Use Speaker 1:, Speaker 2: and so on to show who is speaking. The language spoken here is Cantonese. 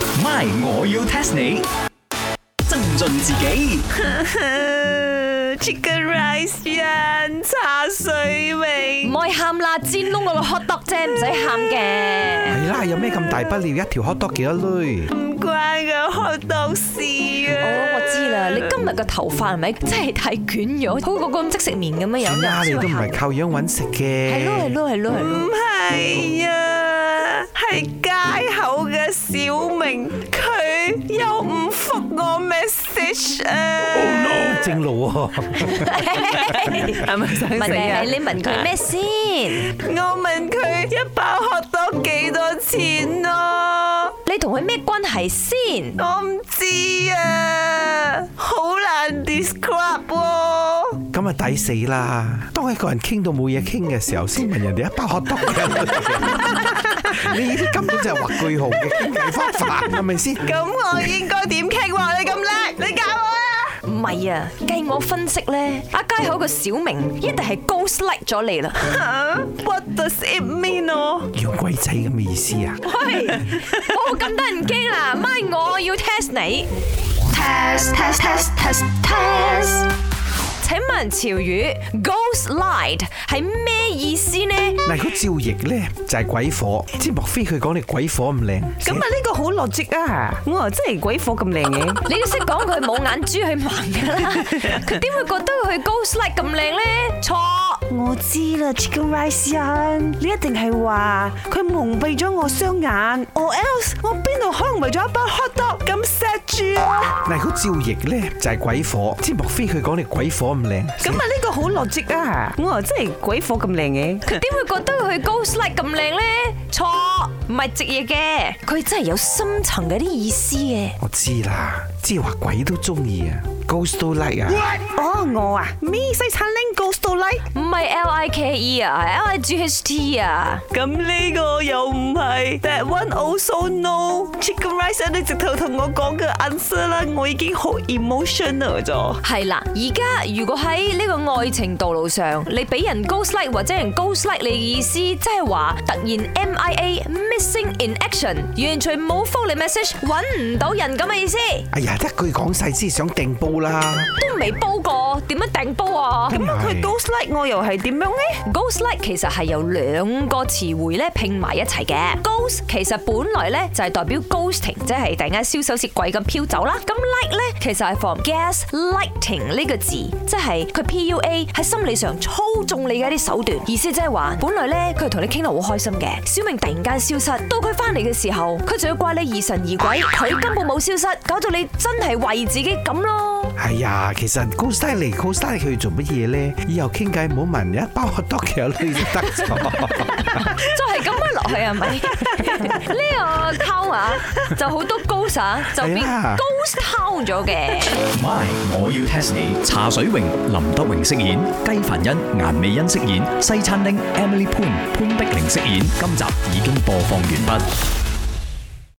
Speaker 1: My，我要 test 你。增進自己
Speaker 2: Chicken rice 啊，茶水味
Speaker 3: 唔。可以喊啦，煎窿我個 hot dog 啫，唔使喊嘅。
Speaker 4: 係啦，有咩咁大不了？一條 hot dog 幾多鐳？
Speaker 2: 唔關嘅學到事啊！
Speaker 3: 哦，我知啦，你今日個頭髮係咪真係太捲咗，好過個咁即食麵咁樣樣
Speaker 4: 啦，你
Speaker 3: 嘅？
Speaker 4: 都唔係靠樣揾食嘅。
Speaker 3: 係咯係咯係咯係
Speaker 2: 唔
Speaker 3: 咯，
Speaker 2: 係啊，係街口嘅小明，佢又唔復我 message 啊！
Speaker 4: 正路喎，
Speaker 2: 係咪想啊
Speaker 3: 問你係你問佢咩先？
Speaker 2: 我問佢一包學多幾多錢咯、
Speaker 3: 你同佢咩關係先？
Speaker 2: 我唔知啊，好難 describe 喎、
Speaker 4: 咁啊抵死啦！當一個人傾到冇嘢傾嘅時候，先問人哋一包 hot dog 嘅。你呢啲根本就係畫句號嘅傾偈方法，係咪先？
Speaker 2: 咁我應該點傾喎？你咁叻，你教我啊！
Speaker 3: 唔係啊，計我分析咧，阿街口個小明一定係 ghost like 咗你啦。
Speaker 2: 嚇 What does it mean 哦？
Speaker 4: 養鬼仔咁嘅意思啊？
Speaker 3: 喂，我好哦咁得人驚啦，咪我要 test 你。
Speaker 5: test test test test test
Speaker 3: 請問潮語 ghost light 係咩意思呢？
Speaker 4: 嗱，佢照譯咧就係鬼火，即係莫非佢講你鬼火唔靚？
Speaker 2: 咁啊，呢個好 logic 啊！我真係鬼火咁靚嘅。
Speaker 3: 你都識講佢冇眼珠去盲噶啦，佢點會覺得佢 ghost light 咁靚呢？錯，
Speaker 6: 我知啦，Chicken Rice 啊，你一定係話佢蒙蔽咗我雙眼，or else 我邊度可能為咗一包 hot dog 咁錫住啊？
Speaker 4: 嗱，佢照譯咧就係鬼火，即係莫非佢講你鬼火唔靚？
Speaker 2: 咁啊，呢個好 logic 啊！我真係鬼火咁靚嘅。
Speaker 3: 佢點會覺得佢 ghost light 咁靚呢？錯，唔係直嘢嘅，佢真係有深層嘅啲意思嘅。
Speaker 4: 我知啦，即係話鬼都中意啊，ghost 都 like 啊，
Speaker 6: 哦，我啊，咪西餐拎 ghost 到 like，
Speaker 3: 唔係 L I K E 啊，係 L I G H T 啊，
Speaker 2: 咁呢個又唔係，That one also no。Chicken rice，你直頭同我講嘅 answer 啦，我已經好 emotional 咗。
Speaker 3: 係啦。而家如果喺呢個愛情道路上，你俾人 ghost like 或者人 ghost like 你嘅意思，即係話突然 M I A missing in action，完全冇覆你 message，揾唔到人咁嘅意思，
Speaker 4: 哎呀，一句講晒先想掟煲啦，
Speaker 3: 都未煲過，點樣掟煲啊
Speaker 4: 咁
Speaker 2: 咁佢 ghost like 我又係點樣呢？
Speaker 3: ？ghost like 其實係由兩個詞彙咧拼埋一齊嘅，ghost 其實本來咧就係代表 ghosting，即係突然間消失好似鬼咁飄走啦。咁 like 咧其實係 from gaslighting 呢個字，即係佢 PUA 喺心理上操縱你嘅一啲手段，意思即係話本來咧佢同你傾得好開心嘅，小明突然間消失，到佢翻嚟嘅時候，佢就要怪你疑神疑鬼，佢根本冇消失，搞到你真係懷疑自己咁咯。
Speaker 4: 哎呀，其實 ghost like 嚟 ghost like 去做乜嘢咧？以後傾偈唔好問一包 hot dog 幾多鐳就得咗。
Speaker 3: 就係咁樣落去係 咪？呢個 town 啊，就好多 ghost 啊就變
Speaker 4: 係啊
Speaker 3: ghost town 咗嘅。
Speaker 1: ，My，我要 test 你。茶水榮、林德榮飾演，雞凡欣、顏美欣飾演，西餐廳 Emily Poon 潘碧玲飾演。今集已經播放完畢。